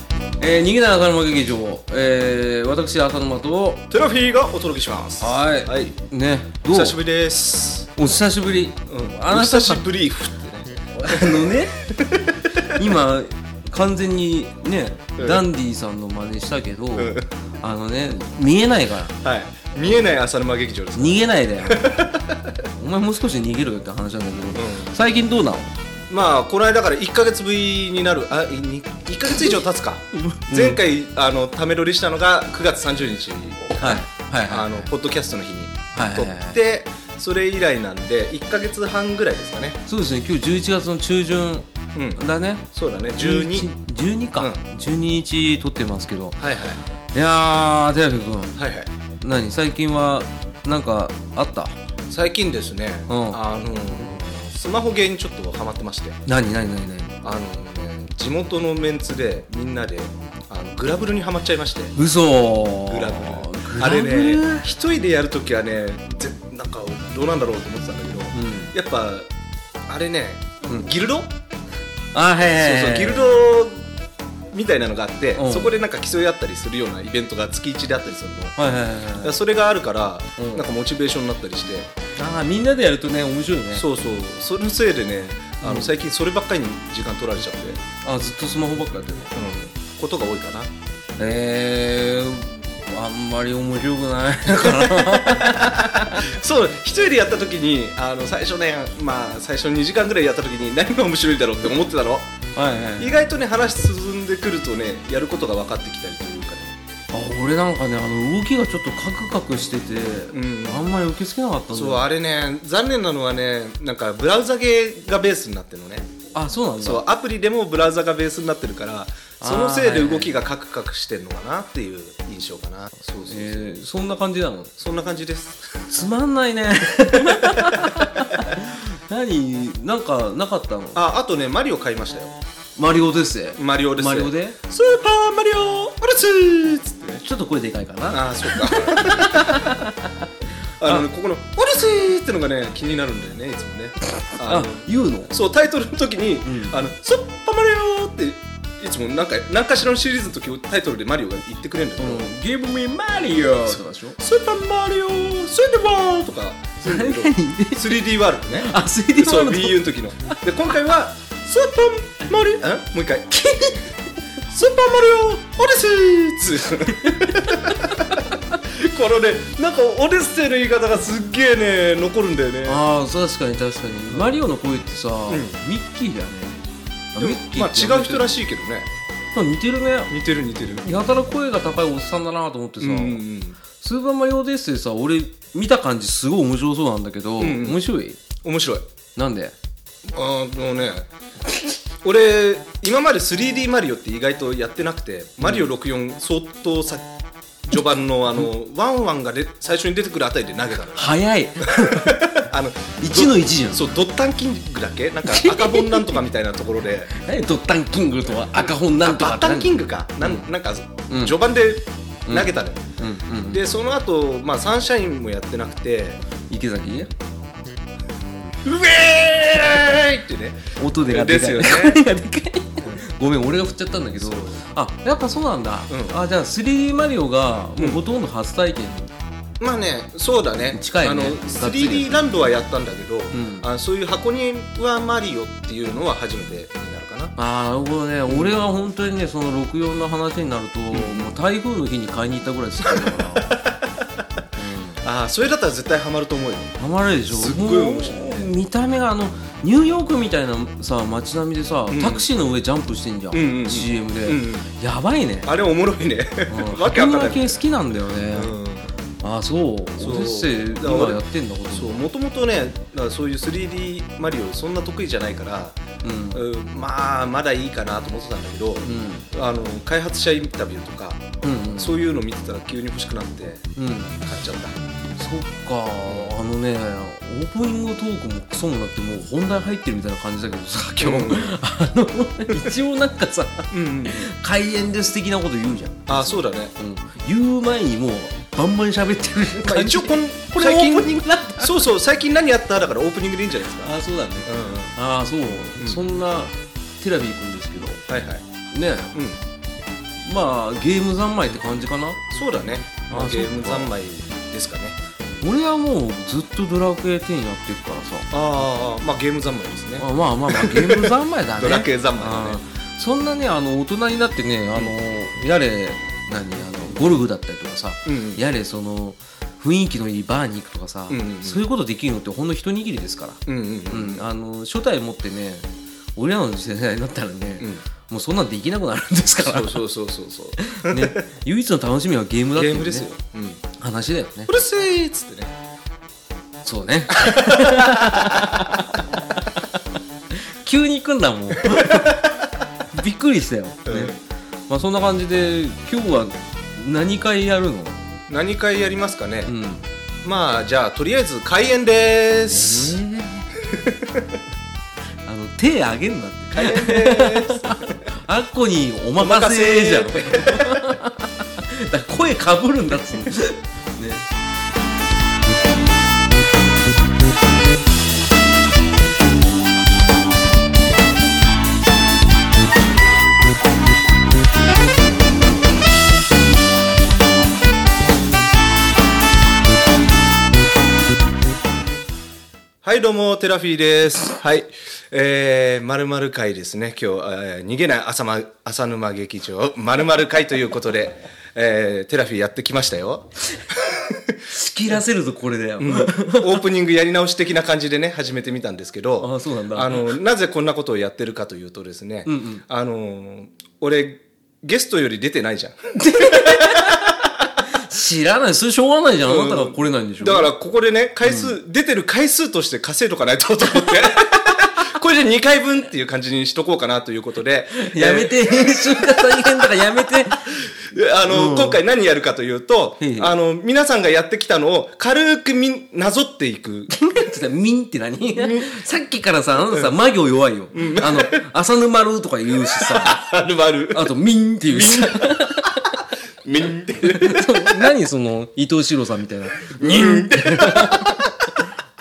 逃げない赤沼劇場、えー、私浅沼とトロフィーがお届けしますはいはいねお久しぶりりですお久しぶり、うんあなおた久たちしぶりふってねあのね 今完全にね、うんダンディさんの真似したけど、んあのね見えないからはい見えない浅沼劇場です逃げないで お前もう少し逃げろよって話なんだけど、う最近どうなのまあこの間から1か月ぶりになるあいに1か月以上経つか前回あのため撮りしたのが9月30日はいはいあはいのポッドキャストの日にはいはい撮はいってそれ以来なんで1か月半ぐらいですかねそうですね今日11月の中旬うんだね、そうだね12 12か、うん12日撮ってますけどはいはいいやー寺く君はいはい何最近はなんかあった最近ですねうんあのスマホゲーにちょっとハマってまして何何何何あのね地元のメンツでみんなであのグラブルにはまっちゃいまして嘘ググラブルあラれブルね一人でやるときはねぜなんかどうなんだろうと思ってたんだけど、うんやっぱあれね、うんギルド、あはいはいはいそうそうギルドみたいなのがあって、うんそこでなんか競い合ったりするようなイベントが月1であったりするの、だかはいはいはいはらいそれがあるから、うんなんかモチベーションになったりして、あーみんなでやるとね面白いねそうそうそのせいでねあうんの最近そればっかりに時間取られちゃって、うん、あずっとスマホばっかやってることが多いかなえー、あんまり面白くない かそう一人でやった時にあの最初ねまあ最初2時間ぐらいやった時に何が面白いだろうって思ってたのなはいはい意外とね話進んでくるとねやることが分かってきたりというかねあ俺なんかねあの動きがちょっとカクカクしてて、うんあんまり受け付けなかったんだそうよあれね残念なのはねなんかブラウザゲーがベースになってるのねあそうなんだそうアプリでもブラウザがベースになってるからそのせいで動きがカクカクしてるのかなっていう印象かなそうそうそう、えー、そんな感じなのそんな感じですつまんないね 何なんかなかったのああとねマリオ買いましたよマリオですねマリオですよマリオでスーパーマリオオルツーっつってねちょっと声でかいかなああそっか あのねここの「オルスー!」ってのがね気になるんだよねいつもねああの言うのそうタイトルの時に「うんあのスッパマリオ!」っていつもなんか何かしらのシリーズの時タイトルでマリオが言ってくれるんだけ「ど Give me Mario」とかでしょ「スーパーマリオスーパー!」とかそういうのと 3D ワールドね あ 3D そうワールド WiiU の時ので今回は「スーパーマリオ」んもう一回「 スーパーマリオオデッセイ!」つ このねなんかオデッセイの言い方がすっげえね残るんだよねああ確かに確かにマリオの声ってさ、ミッキーだよねあでもミッキーまあ違う人らししいけどねい似てるね似てる似てるやたら声が高いおっさんだなと思ってさ、うんうんスーパーマリオデッセイさ俺見た感じすごい面白そうなんだけど、んうん面白い面白いなんであのね俺今まで 3D マリオって意外とやってなくて、マリオ64相当さ序盤のあの、ワンワンがで最初に出てくるあたりで投げたのよ早い あの一の一じゃんそうドッタンキングだっけなんか赤本なんとかみたいなところで何ドッタンキングとは赤本なんとか バっッてタン何キングかなんなんかうん序盤で投げたのよ、うんうんでその後、まあサンシャインもやってなくて池崎うえーいってね音でがでかいですよね声がでかいごめん俺が振っちゃったんだけどそうあやっぱそうなんだ、うんあじゃあ 3D マリオがもううんほとんど初体験、まあねそうだね近いねあのがっつり 3D ランドはやったんだけど、んあのそういう箱庭マリオっていうのは初めてになるかなああなるほどね、俺は本当にねその64の話になると、もう台風の日に買いに行ったぐらい好きだから、 ああそれだったら絶対ハマると思うようん、ハマるでしょすっごい面白いもう見た目があのニューヨークみたいなさ街並みでさ、うんタクシーの上ジャンプしてんじゃん、うんうんうん CM で、うんうんやばいねあれおもろいねうん わけわかんない箱庭系好きなんだよね、うんあそうそうオデッセイだから今やってんだほとんそうどもともとねだからそういう 3D マリオそんな得意じゃないから、うんうんまあまだいいかなと思ってたんだけど、うあの開発者インタビューとか、んうんうんそういうの見てたら急に欲しくなって買っうんちゃったそっかあのねオープニングトークもクソもなくてもう本題入ってるみたいな感じだけどさ今日あの一応なんかさうん、うん、開演です的なこと言うじゃん、あそうだね、うん、言う前にもうバンバン喋ってるまあ、感じ一応こんこれ最近オープニングなんだそうそう最近何やっただからオープニングでいいんじゃないですかあそうだねうんうんあそう、んそんなテラビー君ですけどはいはいねうんまあゲーム三昧って感じかなそうだね、まああゲームそうか三昧ですかね俺はもうずっとドラクエ10やってるからさああまあゲーム三昧ですねあまあまあまあゲーム三昧だね ドラクエ三昧だあねーそんなねあの大人になってねあの、やれ何あのゴルフだったりとかさ、うんうんやれその雰囲気のいいバーに行くとかさ、うんうんうんそういうことできるのってほんの一握りですから、うんうんううんん、あの初代持ってね俺らの世代になったらね、うんもうそんなんできなくなるんですかそうそうそうそう そら、うね、唯一の楽しみはゲームだってゲいう、ね、ームですよ、うん、話だよねうるせえっつってねそうね 急に行くんだもん びっくりしたよ、ねうんまあそんな感じで今日は何回やるの何回やりますかね、うんまあじゃあとりあえず開演です、あの手あげんなって開演ですあっこに お任せじゃんだから声かぶるんだっつうのね はいどうもテラフィーですはいえー、まるまる会ですね今日、えー逃げない朝,、ま、朝沼劇場まるまる会ということで、えーテラフィーやってきまし たよ仕切らせるとこれだよ、オープニングやり直し的な感じでね始めてみたんですけどあそうなんだあのなぜこんなことをやってるかというとですね、あの俺ゲストより出てないじゃん知らないそれしょうがないじゃん、あなたが来れないんでしょだからここでね回数、出てる回数として稼いとかないとと思って これで2回分っていう感じにしとこうかなということで やめて、編集が大変だからやめて。えあの、今回何やるかというと、へいへいあの、皆さんがやってきたのを軽くみ、なぞっていく。ちょっとミンって何さっきからさ、あなたさ、魔行弱いよ。あの、浅沼るとか言うしさ、ある ある。あとミンって言うしさ、みんで。 そう何その、伊藤四郎さんみたいな。みんで。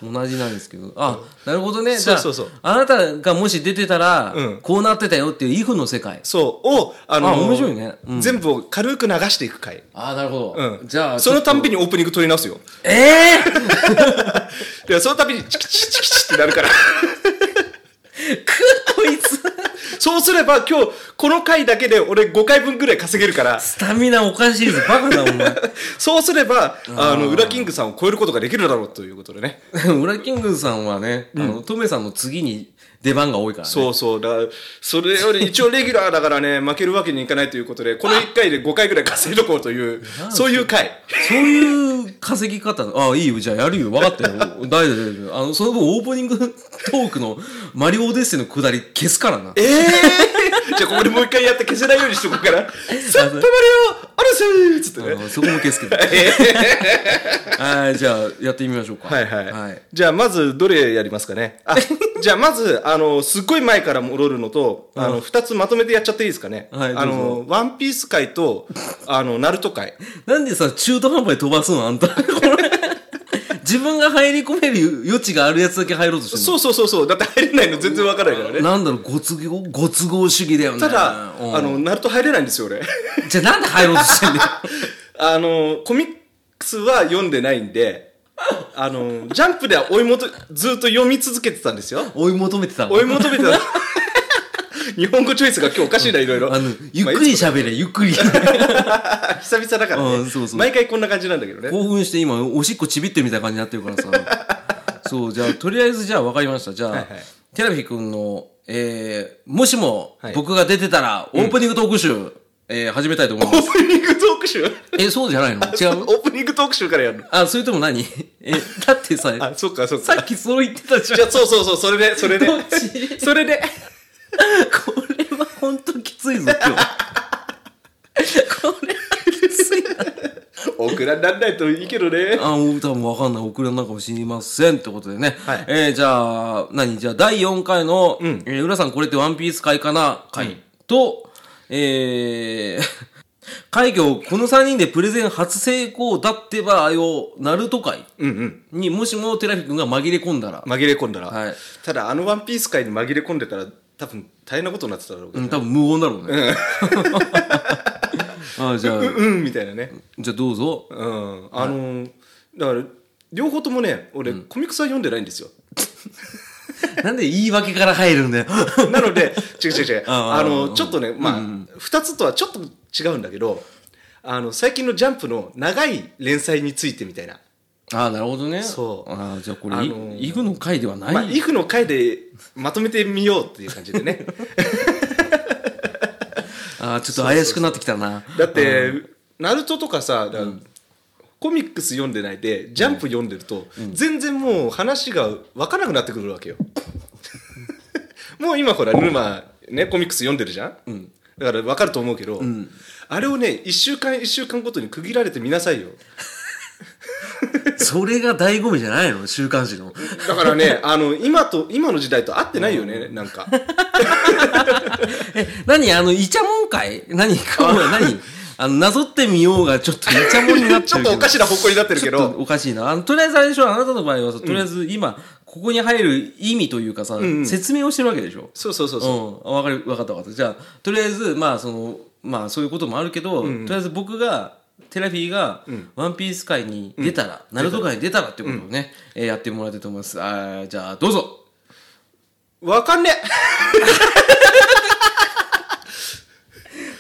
同じなんですけど。あ、なるほどね。そうじゃあそうそうあなたがもし出てたら、うんこうなってたよっていうイフの世界。そう。を、あの、あ面白いねうん全部を軽く流していく回。ああ、なるほど。うん。じゃあ、そのたんびに。にオープニング取り直すよ。えで、そのたんびにチキチキチキチキってなるから。 えー、くっこいつ。そうすれば今日、この回だけで俺5回分ぐらい稼げるから、スタミナおかしいぞ。バカだ、お前。 そうすれば、あの、裏キングさんを超えることができるだろうということでね。ウラキングさんはね、あの、トメさんの次に出番が多いからね。そうそう。だから、それより一応レギュラーだからね、負けるわけにいかないということで、この1回で5回ぐらい稼いどこうという、そういう回。そういう稼ぎ方、ああ、いいよ、じゃあやるよ、分かったよ、大丈夫、大丈夫。あの、その分オープニングトークのマリオオデッセイのくだり消すからな。ええ ー、じゃあここでもう1回やって消せないようにしとこうから。 サッパマリオアルセーっつってあ ね。のそこも消すけど。はい、じゃあやってみましょうか。はいはい。じゃあまず、どれやりますかね。 あ、じゃあまず、あの、すっごい前から戻るのと、あの、2つまとめてやっちゃっていいですかね。はいどうぞあの、ワンピース回と、あの、ナルト回。なんでさ、中途半端に飛ばすのあんた。こ れ。自分が入り込める余地があるやつだけ入ろうとしてるそうそうそうそう。だって入れないの全然わからないからね。なんだろう、ご都合、ご都合主義だよね。ただ、うんあの、ナルト入れないんです よ、俺。じゃあなんで入ろうとしてんだよ。あの、コミックスは読んでないんで、あの、ジャンプでは追い求め、ずっと読み続けてたんですよ。追い求めてたの追い求め てた。日本語チョイスが今日おかしいな、いろいろ。あの、ゆっくりり。喋れ、ゆっくり。あ久々だからね、うんそうそう毎回こんな感じなんだけどね。興奮して今、おしっこちびってるみたいな感じになってるからさ。 そう、じゃあ、とりあえずじゃあ分かりました。じゃあ、はいはいテラフィ君の、えー、もしもはい僕が出てたら、オープニングトーク集、えー、始めたいと思いま オす。ープニングトーク集え、そうじゃないの違うオープニングトーク集からやるの。あ、それとも何え、だってさ、あ、そっかそっか。さっきそう言ってたじゃんじ。ゃあ、そうそうそう、それで、それで。どっちそれで。これは本当きついぞ、 今日。これはきついな。オクラにならないといいけどね。あ、もう多分わかんない。送らんなんかもしりませんってことでね。はいえーじゃあ、何じゃあ、第4回の、えー浦さんこれってワンピース回かな回、と、えー、 会議この3人でプレゼン初成功だってばよ、ナルト会うんうん。にもしもテラフィ君が紛れ込んだら、紛れ込んだら。はいただ、あのワンピース界に紛れ込んでたら、多分大変なことになってただろうけどうん、多分無言だろうね。 ああじゃあうん うんみたいなねじゃあどうぞうんあのーだから両方ともね俺、コミックスは読んでないんですよ なんで言い訳から入るんだよ なので、違う違う違う。ああうの、んちょっとね、まあ、二つとはちょっと違うんだけど、あの、最近のジャンプの長い連載についてみたいな。ああなるほどねそうああじゃあこれ、あのーイグの回ではない、まあ、イフの回でまとめてみようっていう感じでね。ああちょっと怪しくなってきたなだって、ナルトとかさ、だコミックス読んでないで、ジャンプ読んでると、全然もう話がわからなくなってくるわけよ。もう今ほら、沼、ね、コミックス読んでるじゃん、だからわかると思うけど、あれをね、1週間1週間ごとに区切られてみなさいよ。それが醍醐味じゃないの週刊誌のだからね、 あの、今と、今の時代と合ってないよね、なんか。え何あのイチャモン会何か 何あのなぞってみようがちょっとイチャモンになっちちゃょうっけどとおかしな方向になってるけちょっど、とおかしいな。あの、とりあえずあれでしょ、あなたの場合はさ、とりあえず今、ここに入る意味というかさ、説明をしてるわけでしょ。そうそうそううそう。ん。わかる、わかったわかった。じゃあ、とりあえず、まあ、その、まあ、そういうこともあるけど、とりあえず僕が、テラフィーが、ワンピース界に出たら、ナルト界に出たらってことをね、えーやってもらいたいと思います。あーじゃあ、どうぞわかんね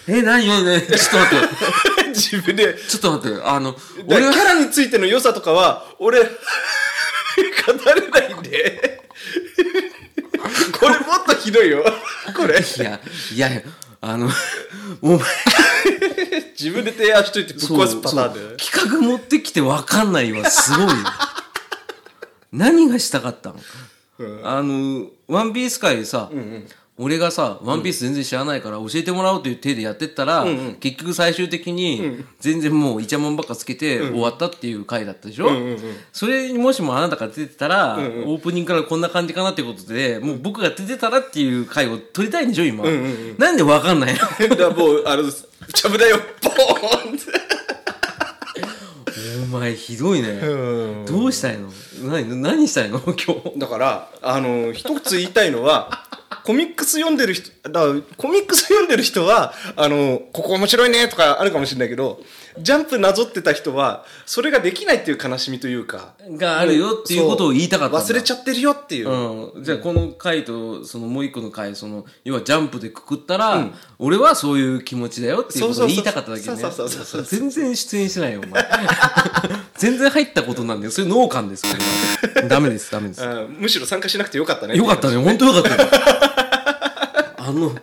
え、なになになに ちょっと待って。え 自分で。ちょっと待って。あの、だ俺からはキ、ャラについての良さとかは、俺、語れない んで。これもっとひどいよ。これ。いや、いや、あの、お前、自分で提案しといてぶっ壊すパターンで。そう企画持ってきて分かんないはす ごいよ何がしたかったの、あの「ワンピース界でさ、俺がさ「ワンピース全然知らないから教えてもらおうという手でやってったら、結局最終的に全然もうイチャモンばっかつけて終わったっていう回だったでしょ、それにもしもあなたが出てたら、オープニングからこんな感じかなっていうことでもう僕が出てたらっていう回を撮りたいんでしょ今、なんで分かんないの だからもう、あの、ちゃぶ台をポーンって。お前ひどいね、どうしたいの何何したいの 今日だから、あの、一つ言いたいのは、コミックス読んでる人、だからコミックス読んでる人は、あの、ここ面白いねとかあるかもしれないけど、ジャンプなぞってた人は、それができないっていう悲しみというか、があるよっていうことを言いたかったんだ忘れちゃってるよっていう。うん、じゃあこの回とそのもう一個の回その要はジャンプでくくったら、俺はそういう気持ちだよっていうことを言いたかっただけねそうそうそうそうそうそう全然出演してないよお前 全然入ったことなんだよそれ脳幹ですよそれはダメですダメですあむしろ参加しなくてよかったね。よかった ね、本当よかったよ。あの、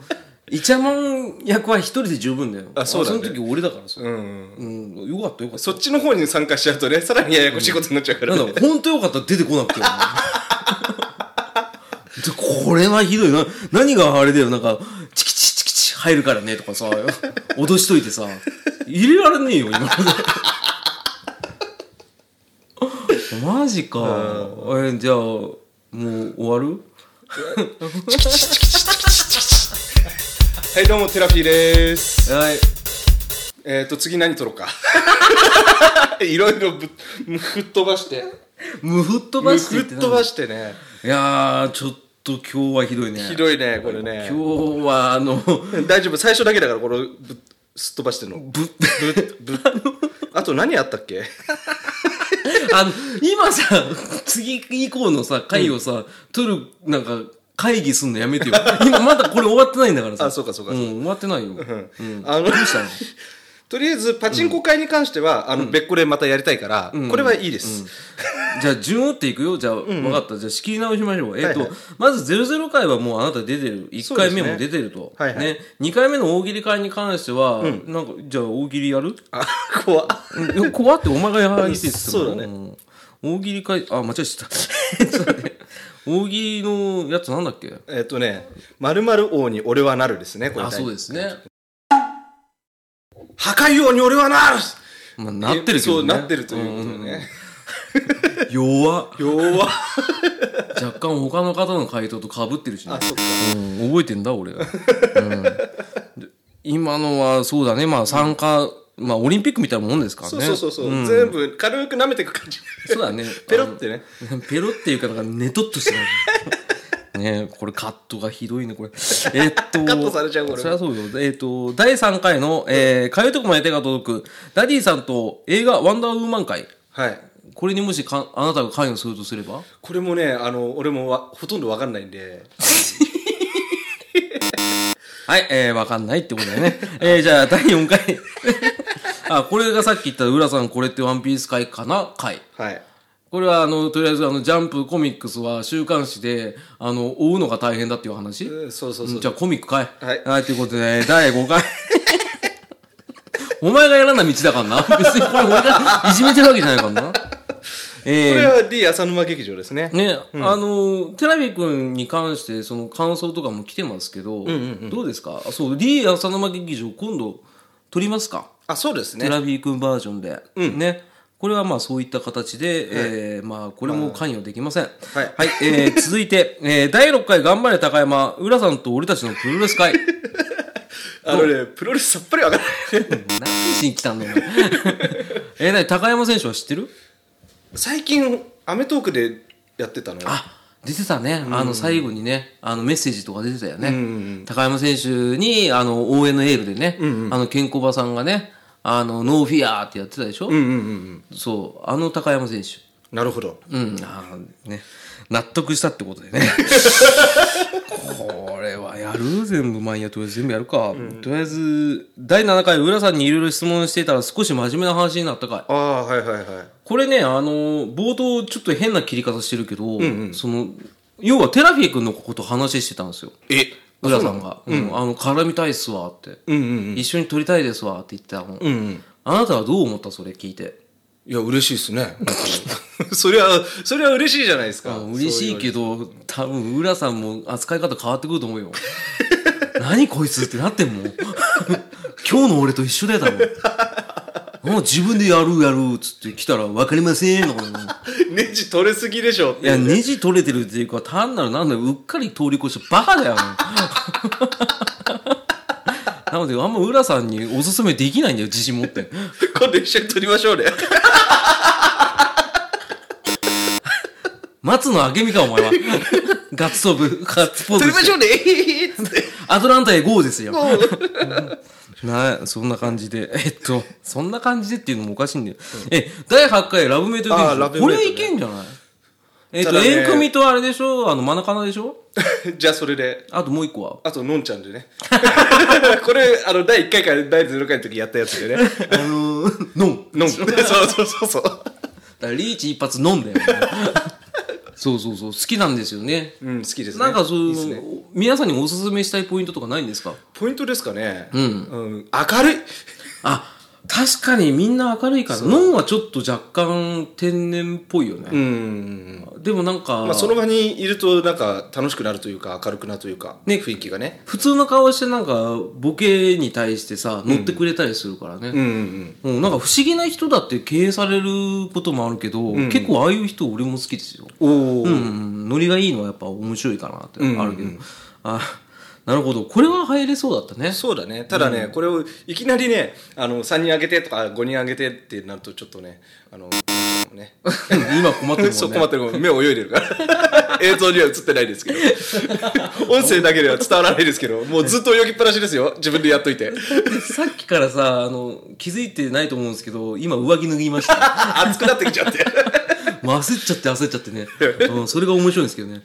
イチャモン役は一人で十分だよ。あそうだねその時俺だからさ。うん。うん、よかったよかった。そっちの方に参加しちゃうとね、さらにややこしいことになっちゃうから、なんだねろう、本当よかったら出てこなくてよ。 でこれはひどいな。何があれだよ、なんか、チキチチキチ入るからねとかさ、脅しといてさ、入れられねえよ、今まで。 マジか。え、じゃあ、もう終わるはい、どうも、テラフィーです。はい。えっ、ー、と、次何撮ろうか。 いろいろぶむふっ飛ばして。むふっ飛むばしてふ言って飛なんだばしてね。いやー、ちょっと今日はひどいね。ひどいね、これね。今日は、あの、大丈夫、最初だけだから、これ、ぶすっ飛ばしてんの。ぶぶ、ぶあと何あったっけ あの、今さ、次以降のさ、会をさ、取る、なんか、会議すんのやめてよ。今まだこれ終わってないんだからさ。あそうかそうかうそん、終わってないよ。うん。あのどうしたのとりあえず、パチンコ会に関しては、あの、別個でまたやりたいから、これはいいです。じゃあ、順を追っていくよ。じゃあ、分かった。じゃあ、仕切り直しましょう。えっ、と、はいはまず00回はもうあなた出てる。1回目も出てると。はいはいね。2回目の大喜利会に関しては、なんか、じゃあ、大喜利やる あ、 怖っうんいや怖ってお前がやられてってそうだねね。大喜利会、あ、間違えちゃった。 ちょっと待って大喜利のやつなんだっけえっ、とね、まる王に俺はなるですね、これ。あ、そうですね。破壊王に俺はなるまあ、なってるけどね。そう、なってるということんでね。弱っ 弱っ。若干他の方の回答と被ってるしねあ、。そうか。うん、覚えてんだ、俺。うん、で今のは、そうだね、まあ、参加、まあ、オリンピックみたいなもんですからそね。うそうそうそう、ん全部軽く舐めていく感じ。そうだね。 ペロってね。ペロっていうか、なんか、ねとっとしてる。ねえこれカットがひどいね、これ。えっと。カットされちゃうこれそりゃそうよ。えっと、第3回の、えー、かゆいとこまで手が届く、ダディさんと映画ワンダーウーマン会。はいこれにもしか、あなたが関与するとすればこれもねあの俺もわほとんどわかんないんではい、えー、わかんないってことだよね。 えー、じゃあ、第4回。あ、これがさっき言った、浦さんこれってワンピース会かな回。はいこれは、あの、とりあえず、あの、ジャンプコミックスは週刊誌で、あの、追うのが大変だっていう話、うんそうそうそう、じゃあ、コミックかい。はいはい、ということで、第5回。 お前が選んだ道だからな。別にこれ俺がいじめてるわけじゃないからな。えーこれは D 浅沼劇場ですねね、あの、テラビ君に関して、その感想とかも来てますけど、どうですかあそう、D 浅沼劇場、今度、撮りますか、あそうですテねラビ君バージョンで。ね。これはまあそういった形で、えーまあこれも関与できません。はいい。えー続いて、えー第6回頑張れ高山、浦さんと俺たちのプロレス会。あのねプロレスさっぱりわかんない 何しに来たんだよ。お前 えー、なに高山選手は知ってる最近『アメトーク』でやってたのよあ出てたね、あの最後にね、あのメッセージとか出てたよね、んうん高山選手にあの応援のエールでね、あのケンコバさんがね、あのノーフィアーってやってたでしょ、うんうんうんそう、あの高山選手、なるほどうん、あーね、納得したってことでね。 これはやる全部マニアとりあえず全部やるか、とりあえず第7回浦さんにいろいろ質問していたら少し真面目な話になったかいああはいはいはいこれね、あの、冒頭ちょっと変な切り方してるけど、その、要はテラフィー君のこと話してたんですよ。え浦さんが。うんあの、絡みたいっすわって、うんうん一緒に撮りたいですわって言ってたの。うんうんあなたはどう思ったそれ聞いて。いや嬉しいですね そりゃそりゃ嬉しいじゃないですか嬉しいどけど、多分浦さんも扱い方変わってくると思うよ。 何こいつってなってんも ん。今日の俺と一緒だよ、多分。 もう自分でやるやるっつって来たら分かりませんの。ネジ取れすぎでしょっいてや、ネジ取れてるっていうか、単なるなんだよ、うっかり通り越してバカ だよ。なので、あんま浦さんにおすすめできないんだよ、自信持って。今度一緒に撮りましょうね松野明美か、お前は。 ガッツオブ、ガッツポー撮ズりまして。しょうね つってアトランタへゴーですよ。なそんな感じで。えっと、そんな感じでっていうのもおかしいんだよ。え、第8回ラブメイト劇あー場。ラブメこイトねれいけんじゃないえったと、だね縁組とあれでしょあの、マナカナでしょじゃあそれであともう一個 はあとのんちゃんでねこれあの第1回から第0回の時やったやつでねあのー、ノン。のんそうそうそうそうだからリーチ一発飲んだよ、ね、 そうそうそう好きなんですよねうん好きです ねなんかそういいっすね皆さんにおすすめしたいポイントとかないんですかポイントですかねうん、明るいあ確かにみんな明るいから脳はちょっと若干天然っぽいようね、んでもなんか、まあその場にいるとなんか楽しくなるというか明るくなるというかね雰囲気がね普通の顔してなんかボケに対してさ乗ってくれたりするからうんね、うんうんうんなんか不思議な人だって敬遠されることもあるけど、結構ああいう人俺も好きですよおお、うんうん、ノリがいいのはやっぱ面白いかなってあるけど、あなるほどこれは入れそうだったねそうだねただね、これをいきなりねあの3人あげてとか5人あげてってなるとちょっとねあのね今困ってるもんね そう困ってる目を泳いでるから 映像には映ってないですけど 音声だけでは伝わらないですけどもうずっと泳ぎっぱなしですよ自分でやっといてさっきからさあの気づいてないと思うんですけど今上着脱ぎました 熱くなってきちゃ ってもう焦っちゃって焦っちゃって ね、うん、それが面白いんですけどね、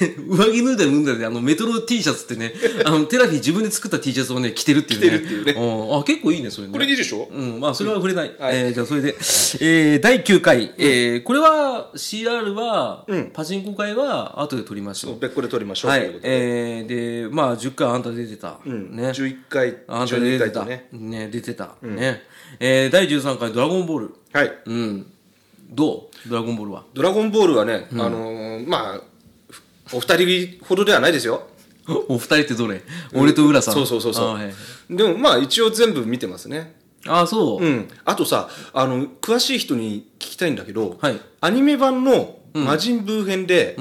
で上着脱いだり脱いだりであのメトロ T シャツってねあのテラフィー自分で作った T シャツをね着てるっていうね着てるっていうねんあ結構いいねそれねこれいいでしょうん、まあ、それは触れない。はいえーじゃあ、それで、えー第9回、えーこれは、CR は、パチンコ会は、後で撮りましょう。別個で撮りましょうはといういこ。とで、えー、で、まあ、10回あんた出てた。ね。 11回あんた出12て回た。とねね出てた。ね。えー第13回、ドラゴンボール。はいうん。どうドラゴンボールは。 ドラゴンボールはね、あのーまあお二人ほどではないですよお二人ってどれ俺と浦さん。そうそうそうそうあー,はい、でもまあ一応全部見てますねあーそう。うんあとさあの詳しい人に聞きたいんだけど、はいアニメ版の「魔人ブー編」で、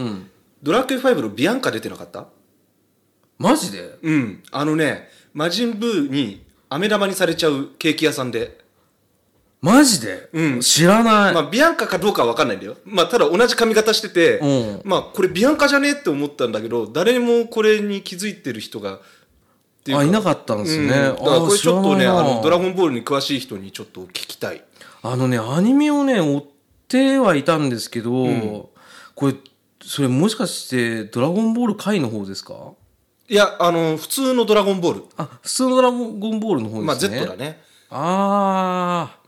ドラクエ5のビアンカ出てなかったマジでうんあのね魔人ブーに飴玉にされちゃうケーキ屋さんでマジで、うん知らない。まあ、ビアンカかどうかは分かんないんだよ。まあ、ただ同じ髪型してて、うんまあ、これビアンカじゃねえって思ったんだけど、誰もこれに気づいてる人が、っていうあ、いなっかったんたですね。だからこれちょっとね、ああの、ドランゴンボールに詳しい人にちょっと聞きたい。あのね、アニメをね、追ってはいたんですけど、これ、それもしかして、ドラゴンボール回の方ですかいや、あの、普通のドラゴンボール。あ、普通のドラゴンボールの方ですね。まあ、Z だね。あー、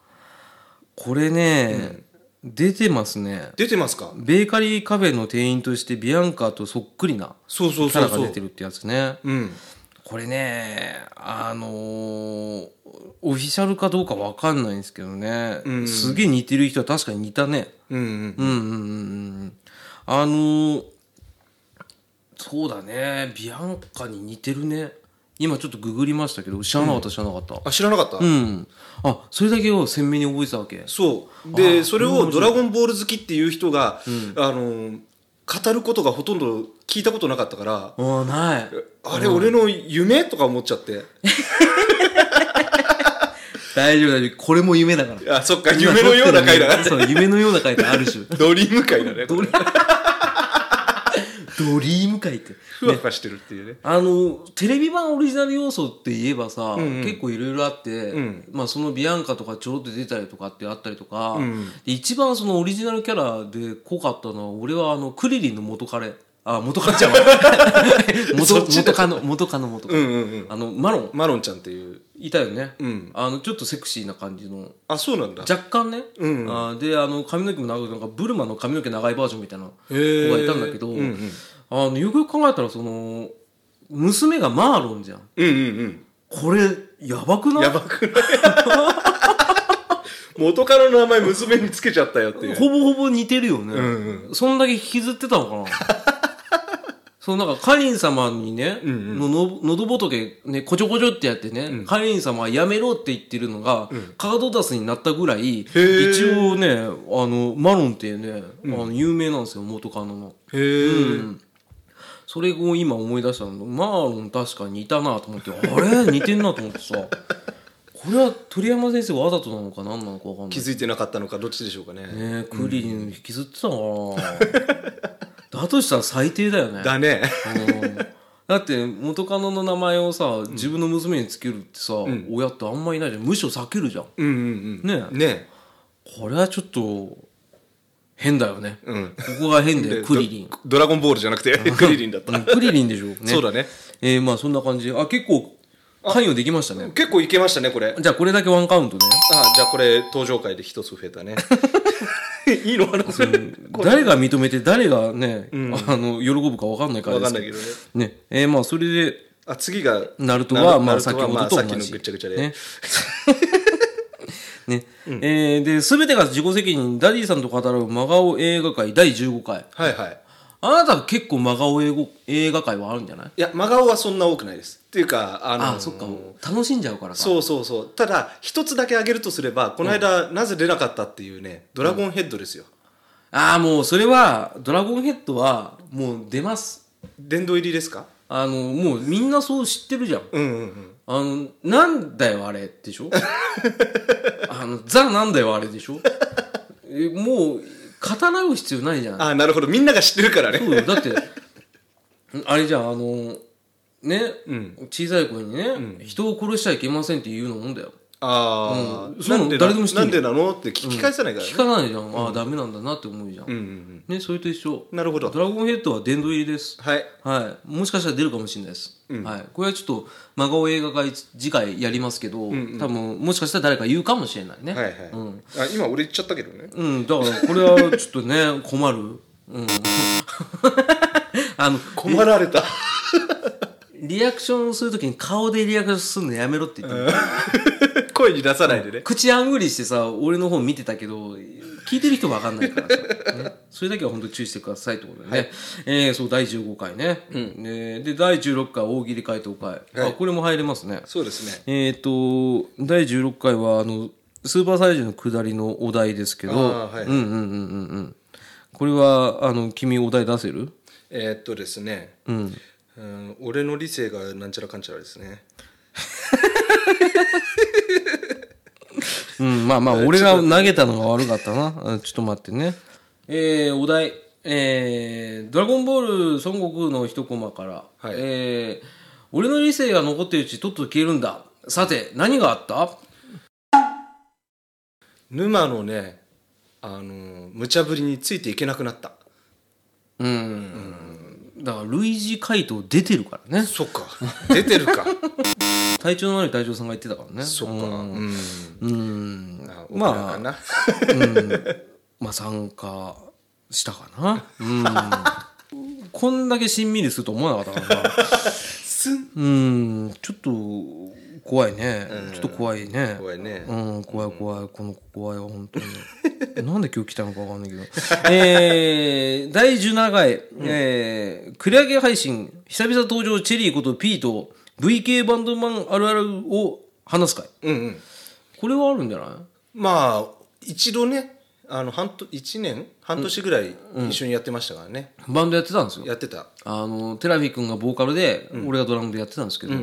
これね、出てますね。出てますかベーカリーカフェの店員としてビアンカとそっくりなそうキそうャそラうがそ出うて。るってやつね。うん。これね、あのーオフィシャルかどうかわかんないんですけどね、んすげえ似てる人は確かに似たね。うんうん。うんうんうんうん。あのーそうだね、ビアンカに似てるね。今ちょっとググりましたけど、知らなかった知らなかった。あ、知らなかった、うん。あ、それだけを鮮明に覚えてたわけ。そう。で、それをドラゴンボール好きっていう人が、あの、語ることがほとんど聞いたことなかったから、ああ、ない。あれ、俺の夢とか思っちゃって。大丈夫大丈夫。これも夢だから。あ、そっか、 夢のような回だな。そう、夢のような回ってある種。 ドリーム回だね。これ ドリーム回って。ふわふわしてるっていうね。あの、テレビ版オリジナル要素って言えばさ、んうん結構いろいろあって、んまあそのビアンカとかちょろっと出たりとかってあったりとか、んで一番そのオリジナルキャラで濃かったのは、俺はあの、クリリンの元彼。あ、元彼 ちゃん元、そっち元カノ、元カノ元カうノ。んうんうん。あの、マロン、マロンちゃんっていう。いたよね。うん。あの、ちょっとセクシーな感じの。あ、そうなんだ。若干ね、うんあーであの髪の毛も長くなんかブルマの髪の毛長いバージョンみたいなへ子ーがいたんだけど、うんうん。あのよくよく考えたらその娘がマーロンじゃんうんうんこれやばくうん。ないやばくない 元カノの名前娘につけちゃったよっていう。ほぼほぼ似てるよね、うんうそんだけ引きずってた のかなそうなんかカリン様にね、うんうんのの喉仏ねこちょこちょってやってね、カリン様はやめろって言ってるのが、カードダスになったぐらい一ー応ねあのマロンっていうね、あの有名なんですよ元カノの。へえ、それを今思い出したのマーロン確かにいたなと思ってあれ似てんなと思ってさこれは鳥山先生わざとなのか何なのか分かんない気づいてなかったのかどっちでしょうかね。ねえクリリン引きずってたのかなだとしたら最低だよねだね。うんだって元カノの名前をさ自分の娘につけるってさ、親ってあんまいないじゃんむしろ避けるじゃんうんうんうん。ねえねこれはちょっと変だよね、うんここが変だでよクリ リンドドラゴンボールじゃなくて、クリリンだった。うんクリリンでしょ、ね、そうだね。えー、まあそんな感じあ結構関与できましたね結構いけましたね、これ。じゃあこれだけワンカウントねあ、じゃあこれ、登場回で一つ増え たね。いいのかな、これ。誰が認めて誰がね、あの喜ぶか分かんないからでわかすんなけいどけどね。ねえー、まあそれであ、次が、ナルトはまあナル先トほはまどあと同さっきのじぐっちゃぐちゃで。ね ねえーで全てが自己責任ダディさんと語らう真顔映画界第15回はいはい。あなたは結構真顔映画映画界はあるんじゃないいや、真顔はそんな多くないです。っていうか、あのああそっか楽しんじゃうからかそうそうそう。ただ、一つだけ挙げるとすれば、この間、なぜ出なかったっていうね、ドラゴンヘッドですよ。ああもうそれはドラゴンヘッドはもう出ます殿堂入りですかあのもうみんなそう知ってるじゃんうんうんうん。あのなんだよあれでし ょあのザなんだよあれでしょえもう語らう必要ないじゃんあ、なるほど。みんなが知ってるからね。そうよだってあれじゃんあのね、うん小さい子にね、人を殺しちゃいけませんって言うのもんだよああ、うんそうなの誰でも知ってるなんでなのって聞き返さないからね聞。かないじゃん、ああダメなんだなって思うじゃん、うんうんうん。ねそれと一緒なるほど。ドラゴンヘッドは殿堂入りですはい。はい、もしかしたら出るかもしれないです、はい、これはちょっと真顔映画会次回やりますけど、多分もしかしたら誰か言うかもしれないね、はいはい。あ、今俺言っちゃったけどね。うん、だからこれはちょっとね 困る、うん、 あの困られた。リアクションするときに顔でリアクションするのやめろって言ってる、 声に出さないでね。口あんぐりしてさ俺の方見てたけど聞いてる人わかんないから さ、ね、それだけは本当に注意してくださいってことでね、えーそう第15回ね、えーで第16回大喜利回答会、あこれも入れますねそうですね。えっ、と、第16回は、あの、スーパーサイズの下りのお題ですけど、あーはいうんうんうんうんうん。これは、あの、君お題出せるえーっとですね。うん。俺の理性がなんちゃらかんちゃらですね。うん、まあまあ、俺が投げたのが悪かったな。うんちょっと待ってね。えー、お題。えー、ドラゴンボール孫悟空の一コマから。はいえー、俺の理性が残っているうちとっとと消えるんだ。さて、何があった沼のねあのー無茶ぶりについていけなくなったうん。だから、類似回答出てるからね。そっか出てる か隊長の悪い隊長さんが言ってたからね。そっかうんうんうん。まあかなまあ、参加したか な。うん。こんだけしんみりすると思わなかったからな。すんうん、ちょっと怖いね。ちょっと怖いね。怖いねうん、怖い怖い。この子怖いわ、本当に。なんで今日来たのかわかんないけど。 えー、第17回、えー、繰り上げ配信、久々登場チェリーことピーと VK バンドマンあるあるを話す会。うんうんこれはあるんじゃないまあ一度ねあの半と1年半年ぐらい一緒にやってましたからね、バンドやってたんですよ。やってたあの、テラフィ君がボーカルで、俺がドラムでやってたんですけど、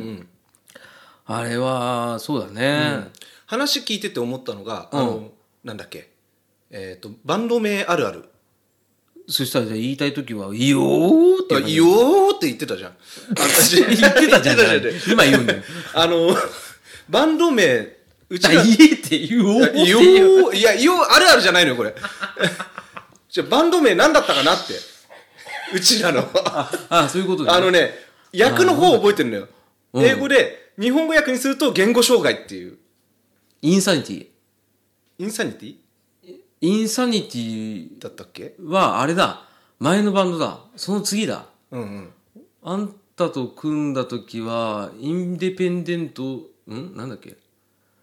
あれは、そうだね。話聞いてて思ったのが、あのなんだっけえっ、とバンド名あるあるそしたらじゃあ言いたい時は、いいよーってあ言ういいよーって言ってたじゃん私言 言ってたじゃん。ってた今言うんだよ。 あのバンド名うちじゃあら家って言おうっていやいう。よーいや、よーあるあるじゃないのよ、これ。 じゃあバンド名何だったかなって。うち らの。ああ、そういうことね。のね、訳の方を覚えてるのよ。英語で、日本語訳にすると言語障害っていう。インサニティ。インサニティインサニティだったっけは、あれだ。前のバンドだ。その次だ。うんうん。あんたと組んだ時は、インデペンデント、んなんだっけ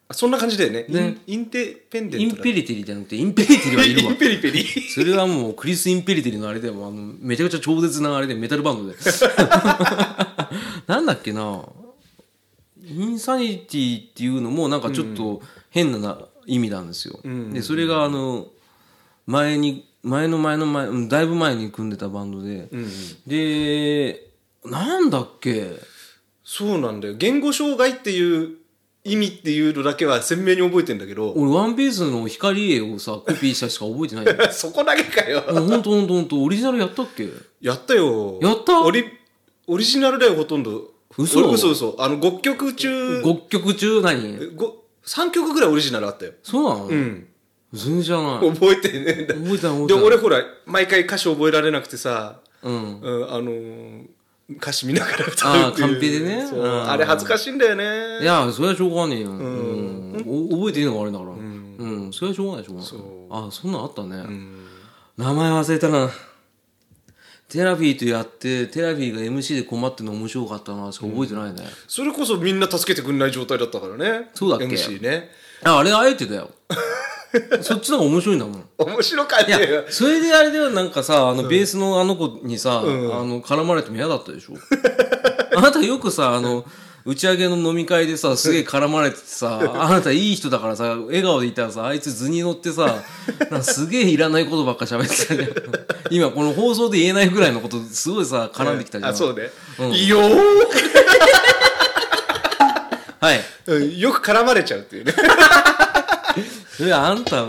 あそんな感じだよね。インねインテペンデインントだペリテリじゃなくて、インペリテリはい るわイン。ペリペリ。それはもうクリス・インペリテリのあれでもあのめちゃくちゃ超絶なあれでメタルバ ンドでなんだっけなインサニティっていうのもなんかちょっと変なな意味なんですよ、でそれがあの前に前の前の前うんだいぶ前に組んでたバンドで、でなんだっけそうなんだよ。言語障害っていう意味っていうのだけは鮮明に覚えてんだけど、俺「ワンピースの光絵をさコピーしたしか覚えて ない そこだけかよ。ほんとほんとほんとオリジナルやったっけやったよ。やったオリオリジナルだよ、ほとんど。嘘俺嘘嘘。あの、5曲中、 5曲中何3曲ぐらいオリジナルあったよ。そうなの、うん。全然じゃない覚えてねえん覚えてだ。ない覚えてで、ない俺ほら、毎回歌詞覚えられなくてさ、うん。うん、あのー歌詞見ながら歌うっていう。あーカンペでねそううんあれ恥ずかしいんだよいね。や、それはしょうがねえよ。うん。お覚えていいのがあれだから。うん。それはしょうがない、しょうがない。あ、そんなんあったね。名前忘れたな。テラフィーとやって、テラフィーが MC で困ってるの面白かったな、しか覚えてないね。それこそみんな助けてくんない状態だったからね。そうだっけ MC ね。あ、あれ、あえてだよ。そっちの方が面白いんだもん。面白かっいたよや。、それであれではなんかさ、あの、ベースのあの子にさ、あの、絡まれても嫌だったでしょ あなたよくさ、あの、打ち上げの飲み会でさ、すげえ絡まれててさ、あなたいい人だからさ、笑顔でいたらさ、あいつ図に乗ってさ、なんかすげえいらないことばっか喋ってたじゃん。今この放送で言えないぐらいのこと、すごいさ、絡んできたじゃん。あ、そうね。うんいいよーはい。うんよく絡まれちゃうっていうね。それあんた、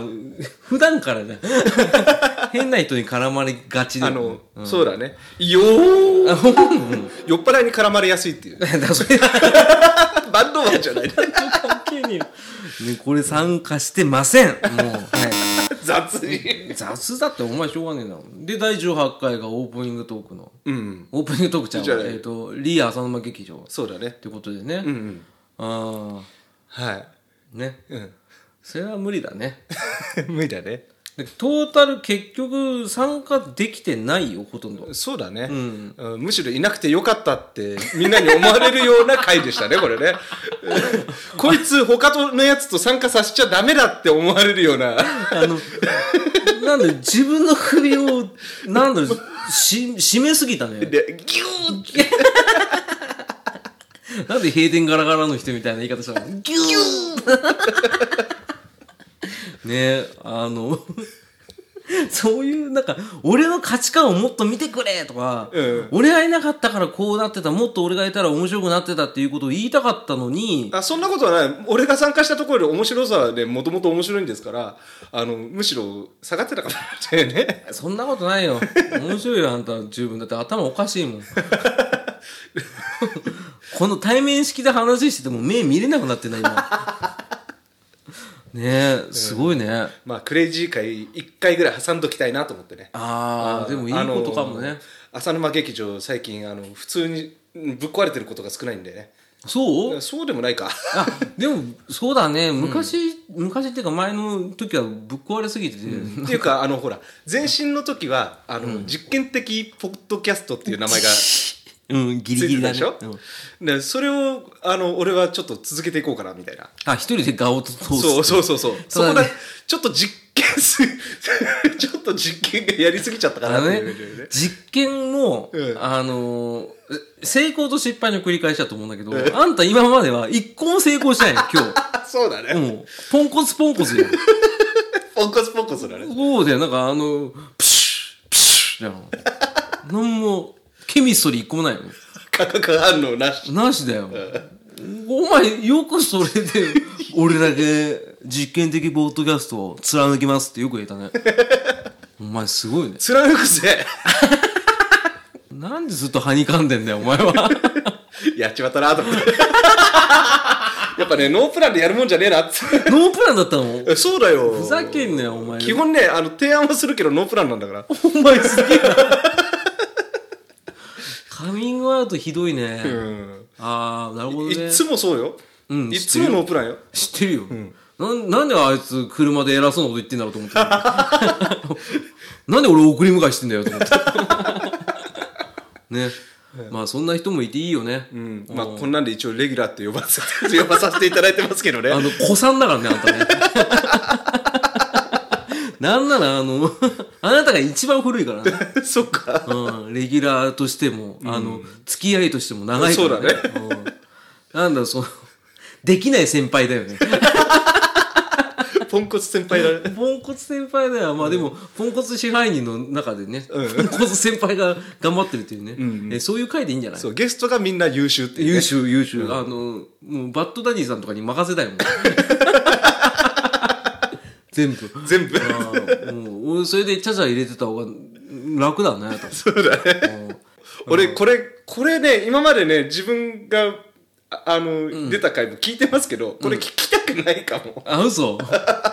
普段からじゃん。 変な人に絡まれがちで。あの、そうだね。いいよーあ、 ほん うん酔っ払いに絡まれやすいっていう。だからそれバンドマンじゃない。関係ねえよねこれ参加してませんもう、は雑に。い、雑だってお前しょうがねえなで第18回がオープニングトークのうん。オープニングトークちゃじゃんなは、いえー、とリー・浅沼劇場っそうだね。てことでね、んあはい。あねうん。 それは無理だね無理だね。でトータル結局参加できてないよほとんどそうだね、うんむしろいなくてよかったってみんなに思われるような回でしたね、こ れね。こいつ他のやつと参加させちゃダメだって思われるような。あのなんで自分の首をなんだろうし締めすぎたねで、ギューって。 なんで閉店ガラガラの人みたいな言い方したのギューねえ、あの、そういう、なんか、俺の価値観をもっと見てくれとか、うん俺がいなかったからこうなってた、もっと俺がいたら面白くなってたっていうことを言いたかったのに、あそんなことはない俺が参加したところより面白さでもともと面白いんですからあのむしろ下がってたかなってね そんなことないよ。面白いよ、あんた十分。だって頭おかしいもん。この対面式で話してても目見れなくなってない、今。ねえ、すごいね。あまあクレイジー会1回ぐらい挟んどきたいなと思ってねあー、でもいいことかもあのね。浅沼劇場最近あの普通にうんぶっ壊れてることが少ないんでねそうそうでもないかあでもそうだね昔、昔っていうか前の時はぶっ壊れすぎてて、っていうかあのほら前身の時はあの、実験的ポッドキャストっていう名前が うんギつリギいてリだたでねしょ、うんでそれをあの俺はちょっと続けていこうかなみたいなあ一人で顔を通すそうそうそうそうそそうこだねだちょっと実験す ちょっと実験がやりすぎちゃったかなあっのてねいうね実験も、うんあのー成功と失敗の繰り返しだと思うんだけど、あんた今までは一個も成功してない の今あそうだね、日もうポンコツポンコツやんポンコツポンコツだねそうだよなんかあのプシュップシュッじゃ んなんもケミストリー一個もないよね化学反応なしなしだよ。お前、よくそれ で、俺だけ実験的ポッドキャストを貫きますってよく言えたね。お前すごいね。貫くぜなんでずっとはにかんでんだよ、お前 は。やっちまったなと思って やっぱねノープランでやるもんじゃねえなってノープランだったのえそうだよふざけんなよ、お前。基本ねあの提案はするけどノープランなんだからお前すげえな。カミングアウトひどいね。うんああ、なるほどいねっ。つもそうよ、うんいっつもノープランよ知ってるよ、なん。なんであいつ車で偉そうなこと言ってんだろうと思ってた なんで俺を送り迎えしてんだよと思って。ね。まあそんな人もいていいよね。うんまあ、こんなんで一応レギュラーって呼ばさ呼ばさせていただいてますけどねあの、子さんだからね、あんたね。なんなら、あの、あなたが一番古いからね。そっかうん、レギュラーとしても、あの、付き合いとしても長いからね。そううんなんだろう、その、できない先輩だよね。ポンコツ先輩だねポンコツ先輩だよ。まあでも、ポンコツ支配人の中でね、うんポンコツ先輩が頑張ってるっていうね。えそういう回でいいんじゃないそうゲストがみんな優秀っていう、ね、優秀、優秀。あの、もうバッドダディさんとかに任せたいもん。 全部。全部ああもう俺それでちゃちゃ入れてた方が楽だね、と。そうだね俺これこれね今までね自分がああの、出た回も聞いてますけどこれ聞きたくないかも、あ、嘘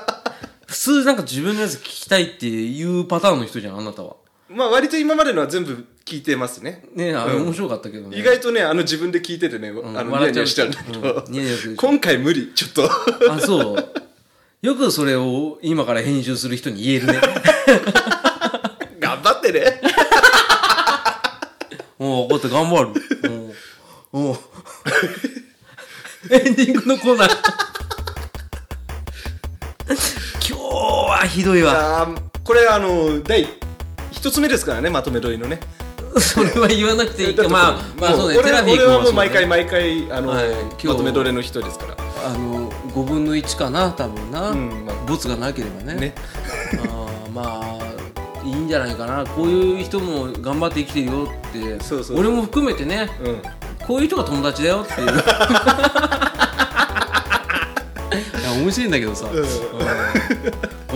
普通なんか自分のやつ聞きたいっていうパターンの人じゃん、あなたは。まあ割と今までのは全部聞いてますねねあれ面白かったけどね。意外とねあの自分で聞いててね、あのニヤニヤしちゃうんだけど、うんニヤニヤする今回無理ちょっと あ、そう。よくそれを今から編集する人に言えるね。頑張っ てねもうこうやって頑張る。もうもうエンディングのコーナー。今日はひどいわ。あーこれあの第一つ目ですからねまとめ撮りのねそれは言わなくていいけど、まあ、まあもそうね、テ俺ラはフィー俺君はもうそうね毎回毎回あの、はい今ま日とめ撮りの人ですからあの、5分の1かな、多分な。うんまあボツがなければね。ねあーまあ、いいんじゃないかな。こういう人も頑張って生きてるよって、そうそう俺も含めてね、うんこういう人が友達だよっていう。いや 面白いんだけどさ、うん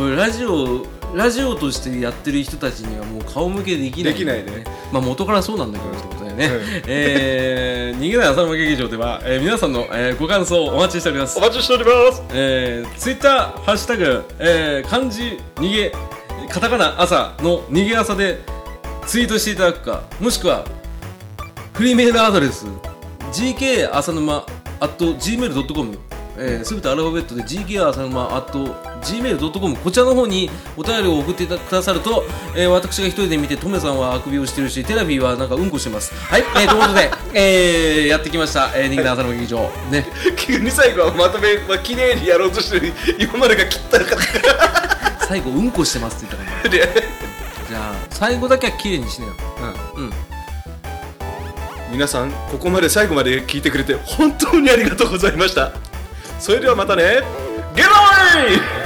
俺ラジオラジオとしてやってる人たちにはもう顔向けできない、できないねまあ元からそうなんだけどってことだよね、うんえー、逃げない朝の劇場では、えー皆さんの、えーご感想をお待ちしております お待ちしておりますえー、ツイッター、ハッシュタグ、えー、漢字、逃げ、カタカナ、朝の逃げ朝でツイートしていただくか、もしくは、フリーメールアドレス、gk 朝沼 at gmail.com、えー、すべてアルファベットで gk 朝沼 at gmail.com、こちらの方にお便りを送っていたくださると、えー、私が一人で見て、トメさんはあくびをしてるし、テラビーはなんかうんこしてます。はい、えー、ということで、えー、やってきました、えー、逃げた朝の劇場。ね。急に最後はまとめは綺麗にやろうとしてる今までが切ったかっ最後うんこしてますって言ったからたでじゃあ最後だけは綺麗にしねようん皆さんここまで最後まで聞いてくれて本当にありがとうございましたそれではまたねゲロイ